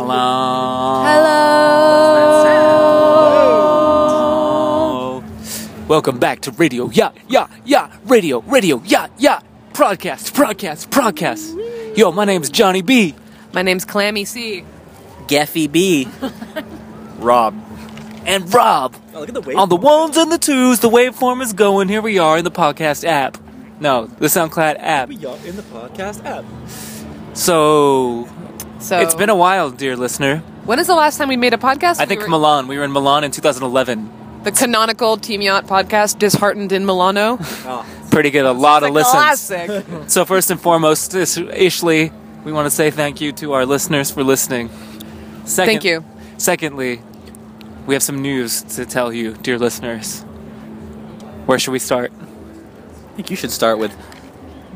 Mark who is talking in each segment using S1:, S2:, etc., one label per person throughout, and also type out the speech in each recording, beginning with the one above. S1: Hello.
S2: Hello.
S1: Welcome back to Radio Yeah Yeah Yeah Radio Radio Yeah Yeah Broadcast Broadcast Broadcast. Yo, my name's Johnny B.
S2: My name's Clammy C.
S3: Geffy B. Rob.
S1: and Rob.
S3: Oh, look at the wave.
S1: On the ones and the twos, the waveform is going. Here we are in the podcast app. No, the SoundCloud app.
S3: we are in the podcast app.
S1: So,
S2: So
S1: it's been a while, dear listener.
S2: When is the last time we made a podcast?
S1: I
S2: We
S1: think
S2: were-
S1: Milan. We were in Milan in 2011.
S2: the canonical Team Yacht podcast, Disheartened in Milano.
S1: Pretty good. A lot
S2: It's
S1: of
S2: a
S1: listens.
S2: Classic.
S1: So first and foremost, this- Ishley, we want to say thank you to our listeners for listening. Second,
S2: Thank you.
S1: Secondly, we have some news to tell you, dear listeners. Where should we start?
S3: I think you should start with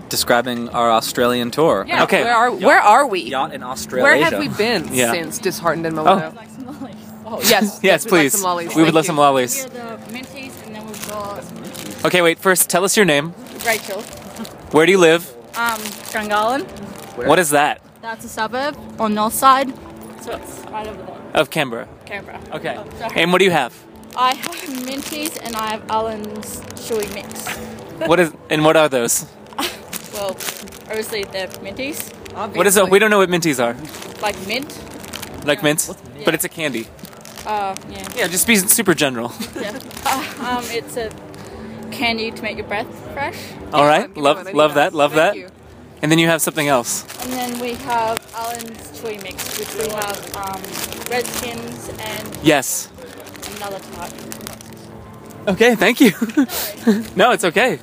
S3: describing our Australian tour.
S2: Yeah,
S1: Okay.
S2: Where are where are we?
S3: Yacht in Australia.
S2: Where have we been
S1: Yeah. Oh.
S2: since Disheartened in Milano?
S4: like some lollies.
S2: Yes.
S1: Yes,
S2: we'd like
S1: please.
S2: some lollies.
S1: we would
S2: Thank
S1: love
S2: you.
S1: some
S4: We
S1: lollies.
S4: are the Minties, and then we've got
S1: Okay, wait. First, tell us your name.
S4: Rachel.
S1: Where do you live?
S4: Um, Drangalin.
S1: What is that
S4: That's a suburb on north side. So it's right over there,
S1: of Canberra?
S4: Canberra.
S1: Okay.
S4: Oh, sorry.
S1: And what do you have?
S4: I have Minties and I have Alan's chewy mix.
S1: What is and what are those?
S4: Well, obviously they're Minties,
S1: What is a, we don't know what minties are
S4: like mint.
S1: like mints, but
S4: mint?
S1: it's a candy.
S4: Uh, yeah.
S1: Yeah, just be super general.
S4: yeah. um, it's a candy to make your breath fresh.
S1: All right,
S2: Give me one, I
S1: love
S2: need
S1: love that, love
S2: Thank
S1: that.
S2: you.
S1: And then you have something else.
S4: And then we have Alan's chewy mix, which we have um, redskins and
S1: Yes.
S4: another type.
S1: Okay, thank you. no, it's okay.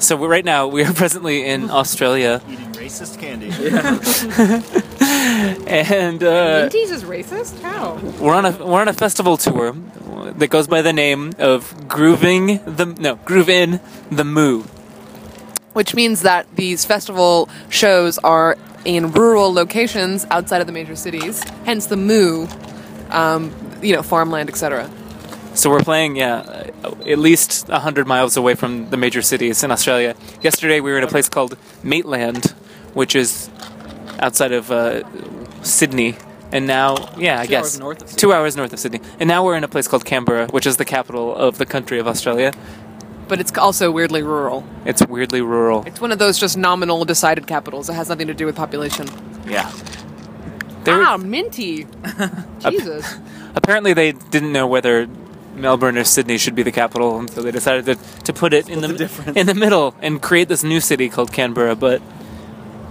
S1: So we're, right now we are presently in Australia,
S5: eating racist candy.
S1: and uh,
S2: Minties is racist. How?
S1: we're on a we're on a festival tour that goes by the name of Grooving the No Groove in the Moo.
S2: Which means that these festival shows are in rural locations outside of the major cities, hence the moo, um, you know, farmland, etc.
S1: So we're playing yeah at least hundred miles away from the major cities in Australia. Yesterday we were in a place called Maitland, which is outside of uh, Sydney. And now, yeah, I
S3: Two
S1: guess
S3: hours north of Sydney.
S1: two hours north of Sydney. And now we're in a place called Canberra, which is the capital of the country of Australia.
S2: But it's also weirdly rural.
S1: It's weirdly rural.
S2: It's one of those just nominal decided capitals. It has nothing to do with population.
S1: Yeah. There,
S2: ah, minty. Jesus.
S1: Apparently, they didn't know whether Melbourne or Sydney should be the capital, and so they decided to, to put it in the,
S3: the difference.
S1: in the middle and create this new city called Canberra. But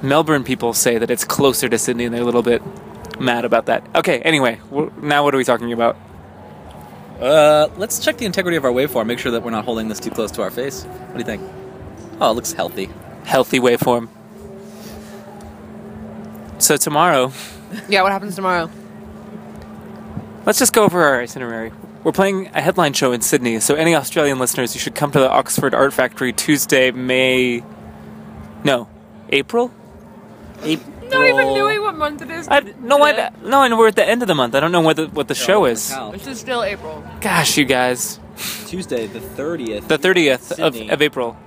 S1: Melbourne people say that it's closer to Sydney, and they're a little bit mad about that. Okay, anyway, w now what are we talking about?
S3: Uh, let's check the integrity of our waveform. Make sure that we're not holding this too close to our face. What do you think? Oh, it looks healthy.
S1: Healthy waveform. So tomorrow,
S2: yeah, what happens tomorrow?
S1: Let's just go over our itinerary. We're playing a headline show in Sydney, so any Australian listeners, you should come to the Oxford Art Factory Tuesday, May. No, April.
S2: Not even knowing what month it is.
S1: I no, I no, and we're at the end of the month. I don't know what the, what the show
S3: Holy
S1: is.
S3: cow.
S2: This is still April.
S1: Gosh, you guys,
S3: Oh, Tuesday, the 30th.
S1: the thirtieth of,
S3: Sydney.
S1: of April,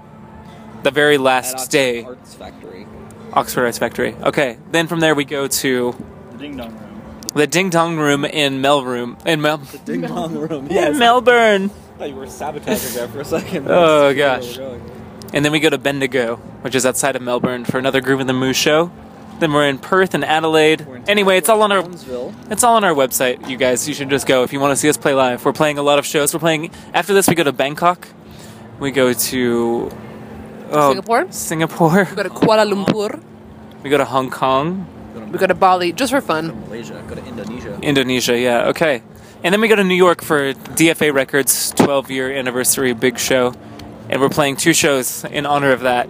S1: the very
S3: at
S1: last
S3: Oxford
S1: day,
S3: Arts Factory.
S1: Oxford Arts Factory. Okay, then from there we go to
S5: the ding dong room.
S1: the Ding Dong Room in Melroom in Mel
S3: Ding dong room.
S1: in Melbourne.
S3: I thought you were sabotaging there for a second.
S1: Oh,
S3: That's
S1: gosh.
S3: where we're going.
S1: And then we go to Bendigo, which is outside of Melbourne, for another Groove in the Moo show. Then we're in Perth and Adelaide.
S3: We're in
S1: Anyway, it's all on our
S3: Townsville.
S1: it's all on our website, you guys. You should just go if you want to see us play live. We're playing a lot of shows. We're playing after this. We go to Bangkok. We go to oh,
S2: Singapore?
S1: Singapore.
S2: We go to Kuala Lumpur.
S1: We go to Hong Kong,
S2: We go to Bali just for fun.
S3: Malaysia, go to Indonesia.
S1: Indonesia. Yeah, okay. And then we go to New York for DFA Records' 12-year anniversary big show, and we're playing two shows in honor of that.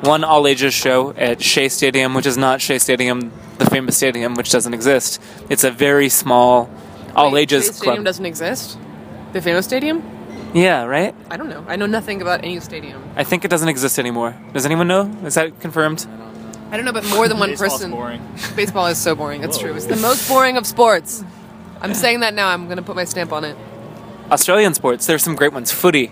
S1: one all ages show at Shea Stadium, which is not Shea Stadium, the famous stadium, which doesn't exist. It's a very small all
S2: Wait,
S1: ages
S2: Shea Stadium
S1: club.
S2: doesn't exist. The famous stadium?
S1: yeah, right.
S2: I don't know. I know nothing about any stadium.
S1: I think it doesn't exist anymore. Does anyone know? Is that confirmed?
S2: I don't know, but more than one
S5: Baseball's
S2: person.
S5: boring.
S2: Baseball is so boring. That's true. It's the most boring of sports. I'm saying that now. I'm going to put my stamp on it.
S1: Australian sports. There's some great ones. Footy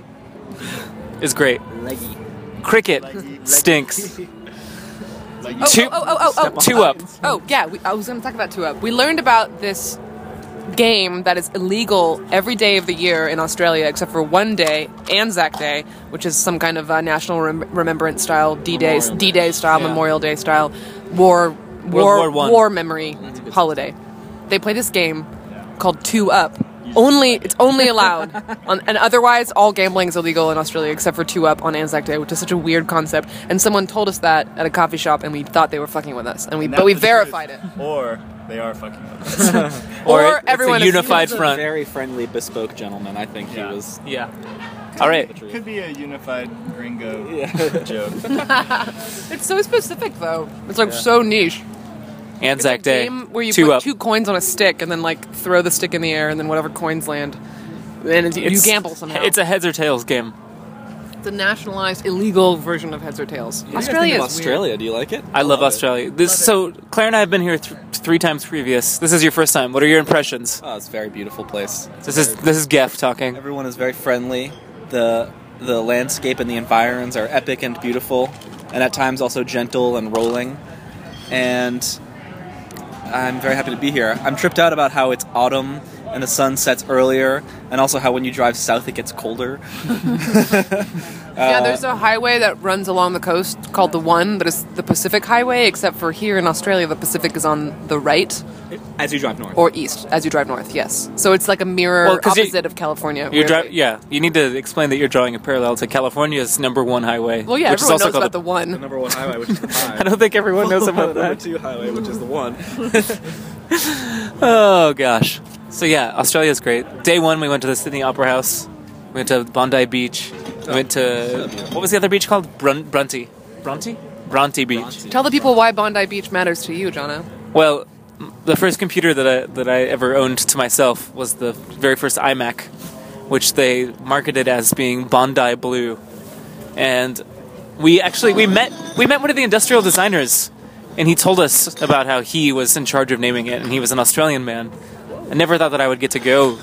S1: is great.
S3: Leggy.
S1: Cricket
S5: Leggy, leggy.
S1: stinks.
S5: Like you
S2: Oh,
S1: Two-
S2: oh, oh, oh, oh, oh,
S1: Two
S2: oh,
S1: Up.
S2: Oh, yeah. We, I was going to talk about Two Up. We learned about this game that is illegal every day of the year in Australia except for one day, Anzac Day, which is some kind of uh, national rem- remembrance style D-Day,
S3: Memorial Day.
S2: D-Day style,
S1: Yeah.
S2: Memorial Day style war war
S1: War One. Mm-hmm.
S2: war memory holiday. They play this game called Two Up. Only it's only allowed, on, and otherwise all gambling is illegal in Australia except for Two Up on Anzac Day, which is such a weird concept. And someone told us that at a coffee shop, and we thought they were fucking with us, and we
S5: and
S2: but we
S5: that's the truth.
S2: verified it.
S5: Or they are fucking with us.
S1: Or,
S2: Or
S1: it- it's
S2: everyone
S1: a
S2: is-
S1: unified front.
S3: Very friendly, bespoke gentleman. I think
S5: Yeah.
S3: he was.
S1: yeah. All right.
S5: Could be a unified gringo
S3: Yeah.
S5: joke.
S2: It's so specific though. It's like so niche. It's
S1: Anzac
S2: a
S1: Day.
S2: game where you
S1: two
S2: put
S1: up.
S2: two coins on a stick and then like throw the stick in the air, and then whatever coins land, then it's, you
S1: It's-
S2: gamble somehow.
S1: It's a heads or tails game.
S2: the nationalized illegal version of heads or tails.
S3: What do you guys think
S2: Australia
S3: of
S2: is weird.
S3: Australia. Do you like it?
S1: I love Australia. This, so Claire and I have been here th- three times previous. This is your first time. What are your impressions?
S3: Oh, it's a very beautiful place. It's
S1: This
S3: a
S1: is
S3: very-
S1: this is Geff talking.
S3: Everyone is very friendly. The the landscape and the environs are epic and beautiful, and at times also gentle and rolling. And I'm very happy to be here. I'm tripped out about how it's autumn and the sun sets earlier, and also how when you drive south it gets colder.
S1: Uh,
S2: yeah, there's a highway that runs along the coast called the One that is the Pacific Highway, except for here in Australia, the Pacific is on the right
S3: As you drive north.
S2: or east as you drive north. Yes, so it's like a mirror
S1: Well, 'cause you-
S2: opposite of California.
S1: You
S2: weirdly.
S1: dri- yeah, you need to explain that you're drawing a parallel to California's number one highway.
S2: Well, yeah,
S1: which is
S2: everyone
S1: also
S2: knows
S1: called
S2: about the, One.
S3: the number one highway, which is the
S1: I
S3: five.
S1: don't think everyone knows about
S3: the number
S1: that.
S3: two highway, which is the one.
S1: Oh gosh. So yeah, Australia's great. Day one, we went to the Sydney Opera House. We went to Bondi Beach. We went to what was the other beach called? Brun- Brunty. Bronte. Bronte Beach.
S2: Tell the people why Bondi Beach matters to you, Jono.
S1: Well, m- the first computer that I, that I ever owned to myself was the very first iMac, which they marketed as being Bondi Blue, and we actually we met we met one of the industrial designers, and he told us about how he was in charge of naming it, and he was an Australian man. I never thought that I would get to go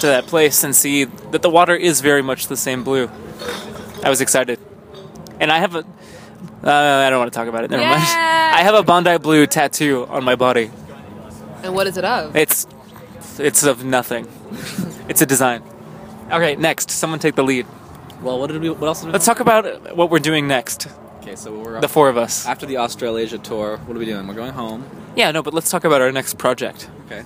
S1: to that place and see that the water is very much the same blue. I was excited, and I have a. Uh, I don't want to talk about it. Never mind.
S2: Yeah.
S1: I have a Bondi Blue tattoo on my body.
S2: And what is it of?
S1: It's it's of nothing. it's a design. All right, next, someone take the lead.
S3: Well, what did we? What else did we?
S1: Let's talk about what we're doing next,
S3: Okay, so we're
S1: the four of us.
S2: Uh,
S3: after the Australasia tour. What are we doing? We're going home.
S1: Yeah, no, but let's talk about our next project.
S3: Okay.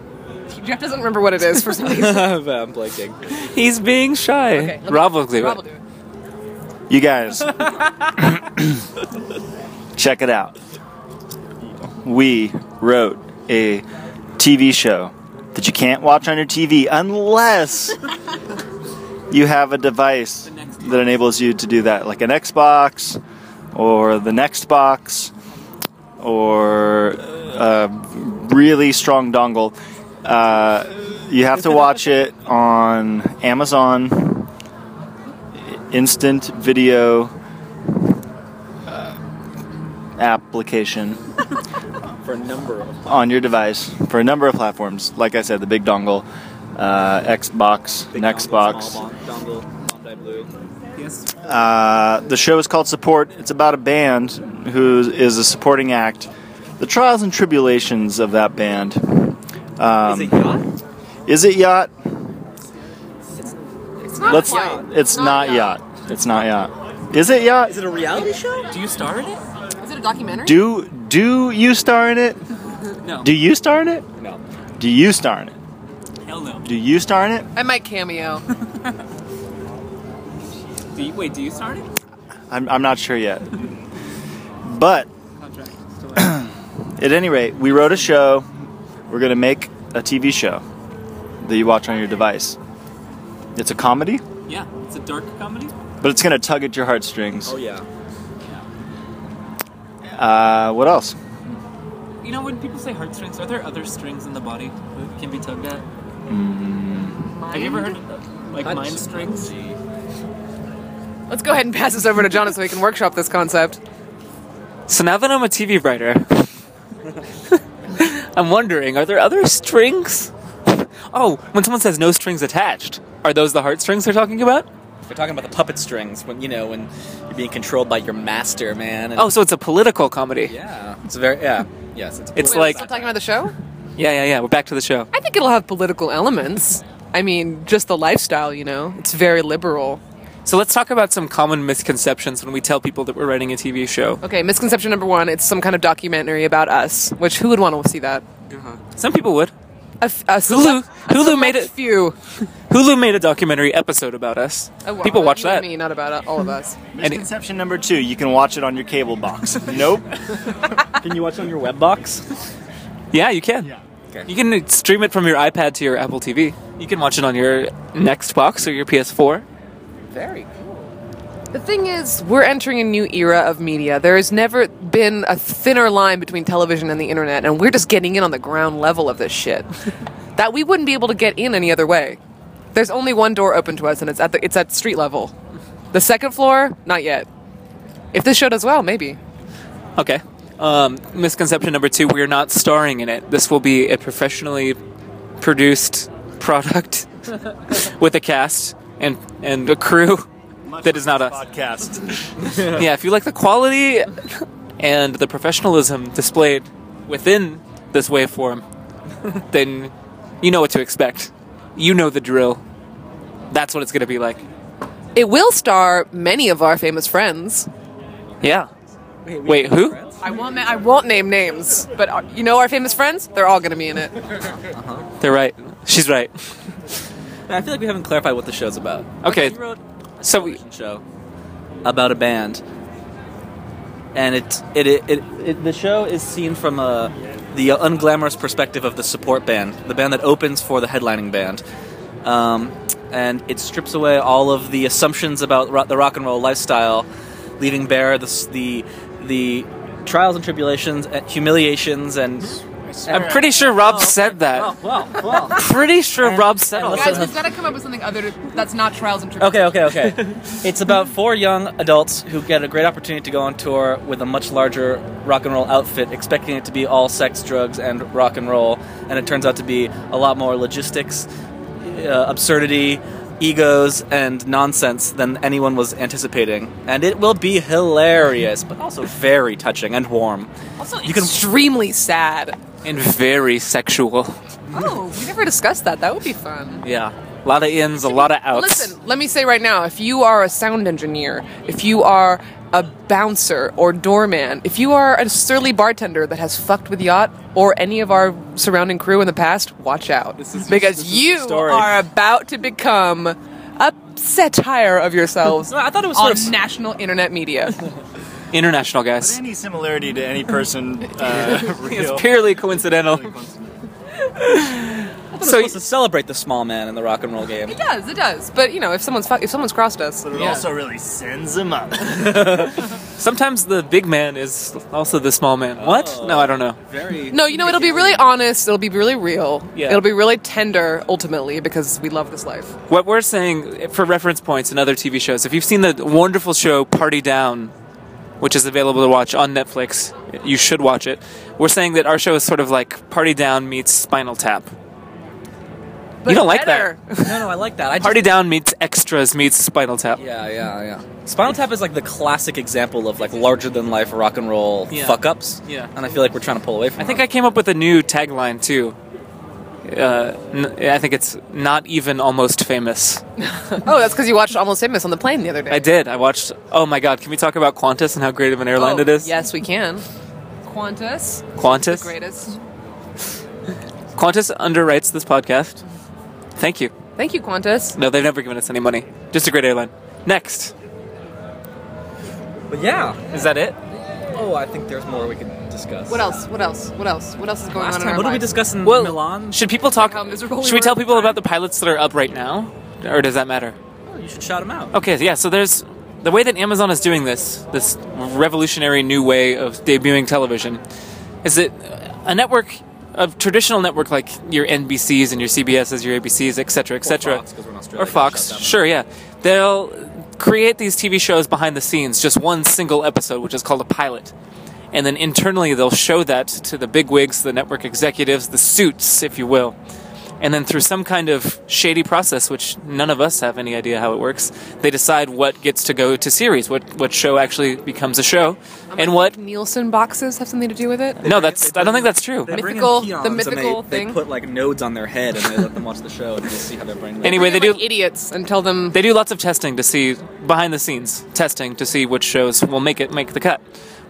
S2: Jeff doesn't remember what it is for some reason.
S3: I'm blanking.
S1: He's being shy.
S2: Okay, let me-
S1: Rob will do it.
S2: Rob will do it.
S5: You guys, check it out. We wrote a TV show that you can't watch on your TV unless you have a device that enables you to do that, like an Xbox or the next box or a really strong dongle. Uh, you have to watch it on Amazon instant video uh, application
S3: For a number of
S5: on your device for a number of platforms. Like I said, the big dongle, uh, Xbox,
S3: Big
S5: Next
S3: dongle,
S5: Box.
S3: small bon- dongle, Bondi Blue.
S5: Uh, the show is called Support. It's about a band who is a supporting act. The trials and tribulations of that band.
S3: Is it yacht?
S5: Is it yacht?
S2: It's not
S5: Let's.
S2: quite.
S5: It's not, yacht. It's not yacht. Is it yacht?
S3: Is it a reality show?
S1: Do you star in it?
S2: Is it a documentary?
S5: do do you star in it?
S1: No.
S5: Do you star in it?
S3: No.
S5: Do you star in it?
S1: Hell no.
S5: Do you star in it?
S2: I might cameo.
S1: Do you, wait, do you star in it?
S5: I'm, I'm not sure yet. But at any rate, we wrote a show. We're going to make a TV show that you watch on your device. It's a comedy,
S1: yeah, it's a dark comedy.
S5: but it's going to tug at your heartstrings.
S3: Oh yeah.
S5: Uh, what else?
S1: You know, when people say heartstrings, are there other strings in the body that can be tugged at? Have you ever heard of like mind strings?
S2: Let's go ahead and pass this over to Jonah so he can workshop this concept.
S1: So now that I'm a TV writer, I'm wondering are there other strings? Oh, when someone says no strings attached, are those the heartstrings they're talking about?
S3: We're talking about the puppet strings when you know when you're being controlled by your master, man. and-
S1: Oh, so it's a political comedy.
S3: yeah, it's very yeah, yes. It's,
S1: It's
S2: Wait,
S1: like-
S2: we're still talking about the show.
S1: yeah, yeah. yeah. We're back to the show.
S2: I think it'll have political elements. I mean, just the lifestyle, you know. It's very liberal.
S1: So let's talk about some common misconceptions when we tell people that we're writing a TV show.
S2: Okay, misconception number one: it's some kind of documentary about us, which who would want to see that?
S1: Some people would.
S2: A f- a
S1: Hulu-
S2: select- a
S1: Hulu
S2: select
S1: made it-
S2: few.
S1: Hulu made a documentary episode about us.
S2: Oh, well,
S1: people
S2: about
S1: watch
S2: you and
S1: that.
S2: Me, not about all of us.
S5: Misconception number two: you can watch it on your cable box. nope.
S3: Can you watch on your web box?
S1: Yeah, you can.
S3: Okay.
S1: You can stream it from your iPad to your Apple TV. You can watch it on your Next Box or your PS4.
S3: Very cool.
S2: The thing is, we're entering a new era of media. There has never been a thinner line between television and the internet, and we're just getting in on the ground level of this shit. that we wouldn't be able to get in any other way. There's only one door open to us, and it's at the, it's at street level. The second floor, not yet. If this show does well, maybe.
S1: Okay. Um, misconception number two: we are not starring in it. This will be a professionally produced product with a cast and and a crew that is not us.
S5: Podcast.
S1: Yeah, if you like the quality and the professionalism displayed within this waveform, then you know what to expect. You know the drill. That's what it's going to be like.
S2: It will star many of our famous friends.
S1: Yeah. Wait, who?
S2: I won't. I won't name names, but uh, you know our famous friends. They're all going to be in it.
S1: They're right. She's right.
S3: I feel like we haven't clarified what the show's about.
S1: Okay.
S3: She wrote a
S1: So we-
S3: television show about a band, and it it, it, it it the show is seen from a the unglamorous perspective of the support band, the band that opens for the headlining band, um, and it strips away all of the assumptions about ro- the rock and roll lifestyle, leaving bare the s- the the trials and tribulations, and humiliations, and
S1: I'm pretty sure
S3: Oh,
S1: Rob said that.
S3: well, well.
S1: Pretty sure Rob said all
S2: Guys,
S1: that.
S2: we've got to come up with something other to, that's not trials and tribulations.
S3: Okay, okay, okay. it's about four young adults who get a great opportunity to go on tour with a much larger rock and roll outfit, expecting it to be all sex, drugs, and rock and roll, and it turns out to be a lot more logistics, uh, absurdity, egos, and nonsense than anyone was anticipating. And it will be hilarious, but also very touching and warm.
S2: Also,
S3: You can-
S2: extremely sad.
S1: And very sexual.
S2: Oh, we never discussed that. That would be fun.
S1: Yeah. A lot of ins, a lot of outs.
S2: Listen, let me say right now if you are a sound engineer, if you are a bouncer or doorman, if you are a surly bartender that has fucked with Yacht or any of our surrounding crew in the past, watch out. because
S3: this is the
S2: you
S3: story.
S2: are about to become a satire of yourselves
S3: No, I thought it was
S2: on
S3: sort of
S2: national internet media.
S1: International guys.
S5: Any similarity to any person? Uh, real?
S1: It's purely coincidental.
S3: so
S1: so
S3: supposed to celebrate the small man in the rock and roll game.
S2: It does, it does. But you know, if someone's fu- if someone's crossed us,
S5: But it
S1: Yeah.
S5: also really sends him up.
S1: sometimes the big man is also the small man. What? No, I don't know.
S3: Very
S2: No, you know, it'll be really honest. It'll be really real.
S1: Yeah.
S2: It'll be really tender, ultimately, because we love this life.
S1: What we're saying for reference points in other TV shows, if you've seen the wonderful show Party Down, which is available to watch on Netflix, you should watch it. We're saying that our show is sort of like Party Down meets Spinal Tap. you don't like that.
S3: no, no. I like that. I just-
S1: Party Down meets Extras meets Spinal Tap.
S3: Yeah, yeah, yeah. Spinal Tap is like the classic example of like larger than life rock and roll
S1: Yeah.
S3: fuck ups.
S1: Yeah.
S3: And I feel like we're trying to pull away from.
S1: I think I came up with a new tagline too. Uh, n- I think it's not even almost famous.
S2: Oh, that's because you watched Almost Famous on the plane the other day.
S1: I did. I watched. Oh my god! Can we talk about Qantas and how great of an airline
S2: Oh,
S1: it is?
S2: Yes, we can. Qantas,
S1: Qantas.
S2: greatest.
S1: Qantas underwrites this podcast. Thank you.
S2: Thank you, Qantas.
S1: No, they've never given us any money. Just a great airline. Next.
S3: But yeah.
S1: Is that it?
S3: Oh, I think there's more we could discuss.
S2: What else? What else? What else? What else is going
S3: Last
S2: on? in
S3: time,
S2: our
S3: what did we
S2: lives?
S3: discuss in
S1: Well,
S3: Milan?
S1: Should people talk?
S2: How miserable we
S1: should we
S2: were
S1: tell
S2: at the
S1: people
S2: time.
S1: about the pilots that are up right now, or does that matter?
S3: You should shout them out.
S1: Okay, yeah. So there's the way that Amazon is doing this, this revolutionary new way of debuting television, is that a network, a traditional network like your NBCs and your CBSs, your ABCs, etc., etc.,
S3: Fox, 'cause we're in Australia,
S1: or
S3: we
S1: Fox,
S3: shut them.
S1: sure, yeah, they'll create these TV shows behind the scenes, just one single episode, which is called a pilot. And then internally, they'll show that to the bigwigs, the network executives, the suits, if you will And then through some kind of shady process, which none of us have any idea how it works, they decide what gets to go to series, what what show actually becomes a show, and what.
S2: Nielsen boxes have something to do with it?
S1: No, that's. I don't think that's true.
S3: They bring in
S2: Mythical- the
S3: peons and
S2: mythical
S3: they,
S2: thing.
S3: They put like nodes on their head and they let them watch the show and just see how their brain. works.
S1: Anyway, they do.
S2: They're like idiots and tell them
S1: They do lots of testing to see behind the scenes testing to see which shows will make it make the cut.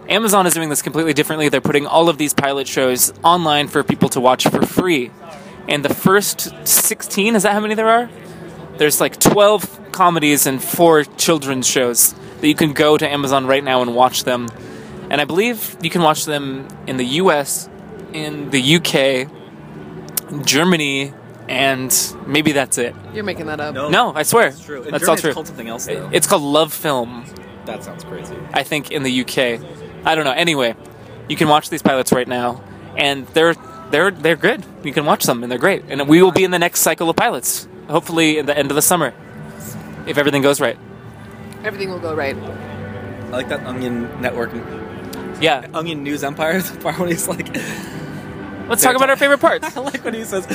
S1: Amazon is doing this completely differently. They're putting all of these pilot shows online for people to watch for free. And the first 16, is that how many there are? There's like 12 comedies and four children's shows that you can go to Amazon right now and watch them. And I believe you can watch them in the US, in the UK, Germany, and maybe that's it.
S2: you're making that up.
S1: No, I swear.
S3: It's true. In
S1: That's
S3: Germany,
S1: all
S3: it's
S1: true.
S3: called something else, though.
S1: It's called Love Film,
S3: that sounds crazy.
S1: I think, in the UK. I don't know. Anyway, you can watch these pilots right now, and they're they're they're good. You can watch them, and they're great. And we will be in the next cycle of pilots, hopefully at the end of the summer, if everything goes right.
S2: Everything will go right.
S3: I like that Onion Network,
S1: Yeah.
S3: Onion News Empire part when he's like,
S1: Let's talk about our favorite parts.
S3: I like when he says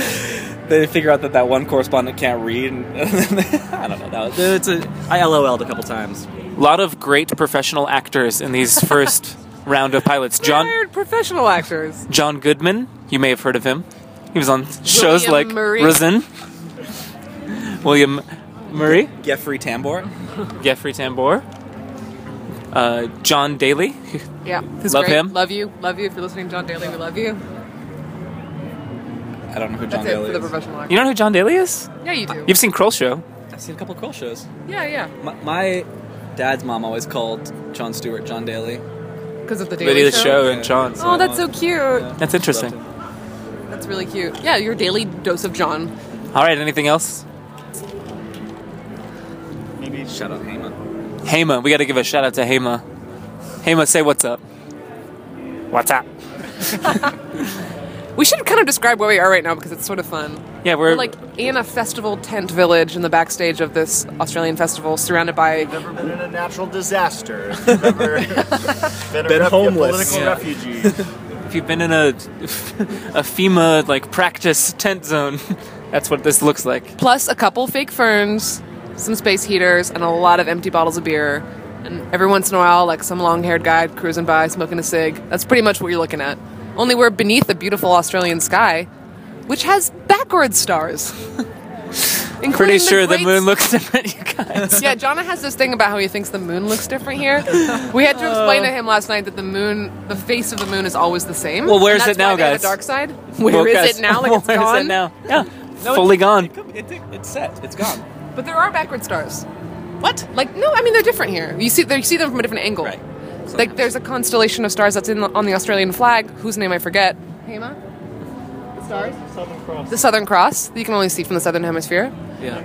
S3: they figure out that that one correspondent can't read. And, I don't know. That was, it's a I LOL'd a couple times.
S1: A lot of great professional actors in these first round of pilots. John
S2: Hired professional actors.
S1: John Goodman, you may have heard of him. He was on shows like
S2: William Murray.
S1: Risen, William Murray.
S3: Jeffrey Tambor.
S1: Jeffrey Tambor, uh, John Daly,
S2: Yeah. Who's
S1: Love
S2: great.
S1: him.
S2: Love you. Love you. If you're listening, John Daly, we love you.
S3: I don't know who John
S2: That's it
S3: Daly
S2: for the
S3: is.
S2: professional actors.
S1: You know who John Daly is?
S2: Yeah, you do.
S1: You've seen Kroll Show.
S3: I've seen a couple of Kroll shows.
S2: Yeah, yeah.
S3: My, my dad's mom always called John Stewart John Daly.
S2: Because of the
S1: Daily,
S2: Daily,
S1: the Show and John's.
S2: Oh, that's so cute.
S1: That's interesting.
S2: That's really cute. Yeah, your daily dose of John.
S1: All right, anything else?
S5: Maybe
S3: Shout out Heyman.
S1: Hema, we got to give a shout out to Hema. Hema, say what's up. What's up?
S2: We should kind of describe where we are right now because it's sort of fun.
S1: Yeah, we're,
S2: We're like in a festival tent village in the backstage of this Australian festival, surrounded by
S5: never been in a natural disaster. If you've ever been, a
S6: Been
S5: ref-
S6: homeless.
S5: a political refugee.
S1: if you've been in a a FEMA like practice tent zone, that's what this looks like.
S2: plus a couple fake ferns, some space heaters, and a lot of empty bottles of beer. And every once in a while, like some long haired guy cruising by smoking a cig. That's pretty much what you're looking at. Only we're beneath the beautiful Australian sky, which has backwards stars. Including
S1: Pretty sure the
S2: great-
S1: moon looks different, you guys.
S2: Yeah, Jonna has this thing about how he thinks the moon looks different here. We had to explain to him last night that the moon, the face of the moon, is always the same.
S1: Well, where
S2: And
S1: is it
S2: that's why
S1: now,
S2: they have a
S1: guys?
S2: dark side. Where is
S1: Guys,
S2: it now? Like it's
S1: where is
S2: gone.
S1: it now? Yeah, fully gone.
S3: It, it, it's set. It's gone.
S2: But there are backward stars. What? Like no, I mean they're different here. You see, they- you see them from a different angle.
S3: Right. So-
S2: like there's a constellation of stars that's in on the Australian flag, whose name I forget. Hema. The stars. Southern Cross. The Southern Cross that you can only see from the Southern Hemisphere.
S1: Yeah.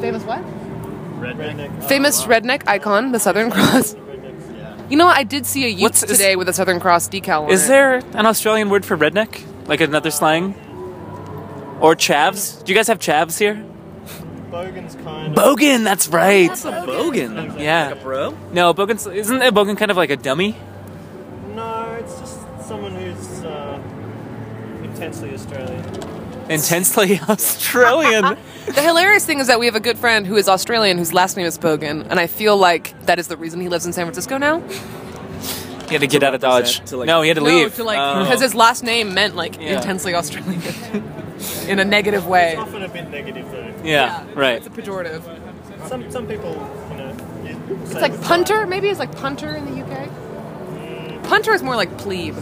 S2: Famous what? Redneck. Famous redneck icon, the Southern Cross. You know, what? I did see a youth
S1: What's- is-
S2: today with a Southern Cross decal. On
S1: Is
S2: it.
S1: there an Australian word for redneck? Like another slang? Or chavs? Do you guys have chavs here?
S6: Bogan's kind of.
S1: Bogan, that's right.
S3: It's a bogan.
S1: Yeah.
S3: Like a bro.
S1: No, Bogan's isn't a Bogan kind of like a dummy?
S6: No, it's just someone who's uh, intensely Australian.
S1: Intensely Australian.
S2: The hilarious thing is that we have a good friend who is Australian whose last name is Bogan, and I feel like that is the reason he lives in San Francisco now.
S1: He had to get out of Dodge.
S3: to, like-
S1: no, he had to
S2: No,
S1: leave. Oh.
S2: to like because his last name meant like
S1: Yeah.
S2: intensely Australian in a negative way.
S6: Often a bit negative though.
S1: yeah, right.
S2: It's a pejorative.
S6: Some some people, you know. you say
S2: It's like
S6: the-
S2: punter. Maybe it's like punter in the UK. Punter is more like plebe.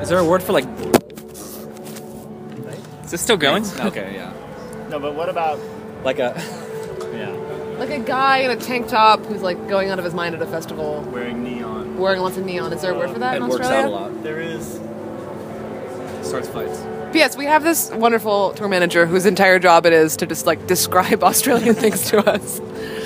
S3: Is there a word for like?
S1: Is this still going?
S3: Okay, yeah.
S6: No, but what about?
S3: Like a.
S6: Yeah,
S2: Like a guy in a tank top who's like going out of his mind at a festival,
S6: wearing neon.
S2: wearing lots of neon. Is there a word for that
S3: It
S2: in
S3: works
S2: Australia?
S3: out a lot.
S6: There is.
S3: Starts fights.
S2: P.S. We have this wonderful tour manager whose entire job it is to just like describe Australian things to us.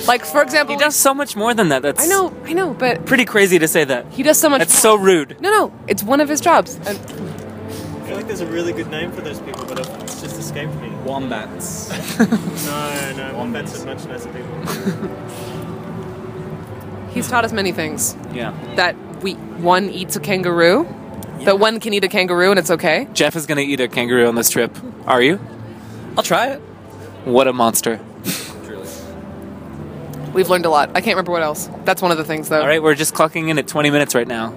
S2: Like for example,
S1: He does so much more than that. That's
S2: I know, I know, but
S1: pretty crazy to say that.
S2: he does so much.
S1: That's
S2: more.
S1: so rude.
S2: No, no, it's one of his jobs. And
S6: I feel like there's a really good name for those people, but it's just escaped me.
S3: Wombats.
S6: No, no, wombats are much nicer people.
S2: he's taught us many things.
S1: Yeah.
S2: That we one eats a kangaroo, That one can eat a kangaroo and it's okay.
S1: Jeff is going to eat a kangaroo on this trip. Are you?
S3: I'll try it.
S1: What a monster.
S2: We've learned a lot. I can't remember what else. That's one of the things,
S3: Uh,
S2: though.
S1: All right, we're just clocking in at 20 minutes right now.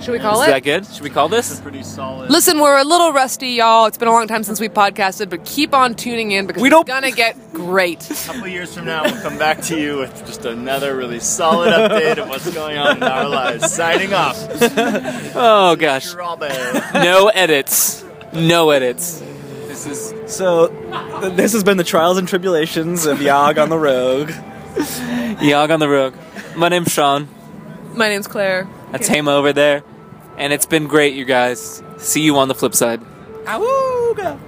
S2: Should we call
S1: Is that
S2: it?
S1: good? Should we call this?
S5: Pretty solid.
S2: Listen, we're a little rusty, y'all. It's been a long time since we podcasted, but keep on tuning in because
S1: We
S2: we
S1: don't-
S2: it's gonna get great.
S5: A couple years from now, we'll come back to you with just another really solid update of what's going on in our lives. Signing off.
S1: Oh, gosh.
S5: Strawberry.
S1: No edits. No edits. This is
S3: So, th- this has been the trials and tribulations of Yog on the Rogue.
S1: Yog on the Rogue. My name's Sean.
S2: My name's Claire.
S1: That's Hema over there. And it's been great, you guys. See you on the flip side.
S3: Awooga.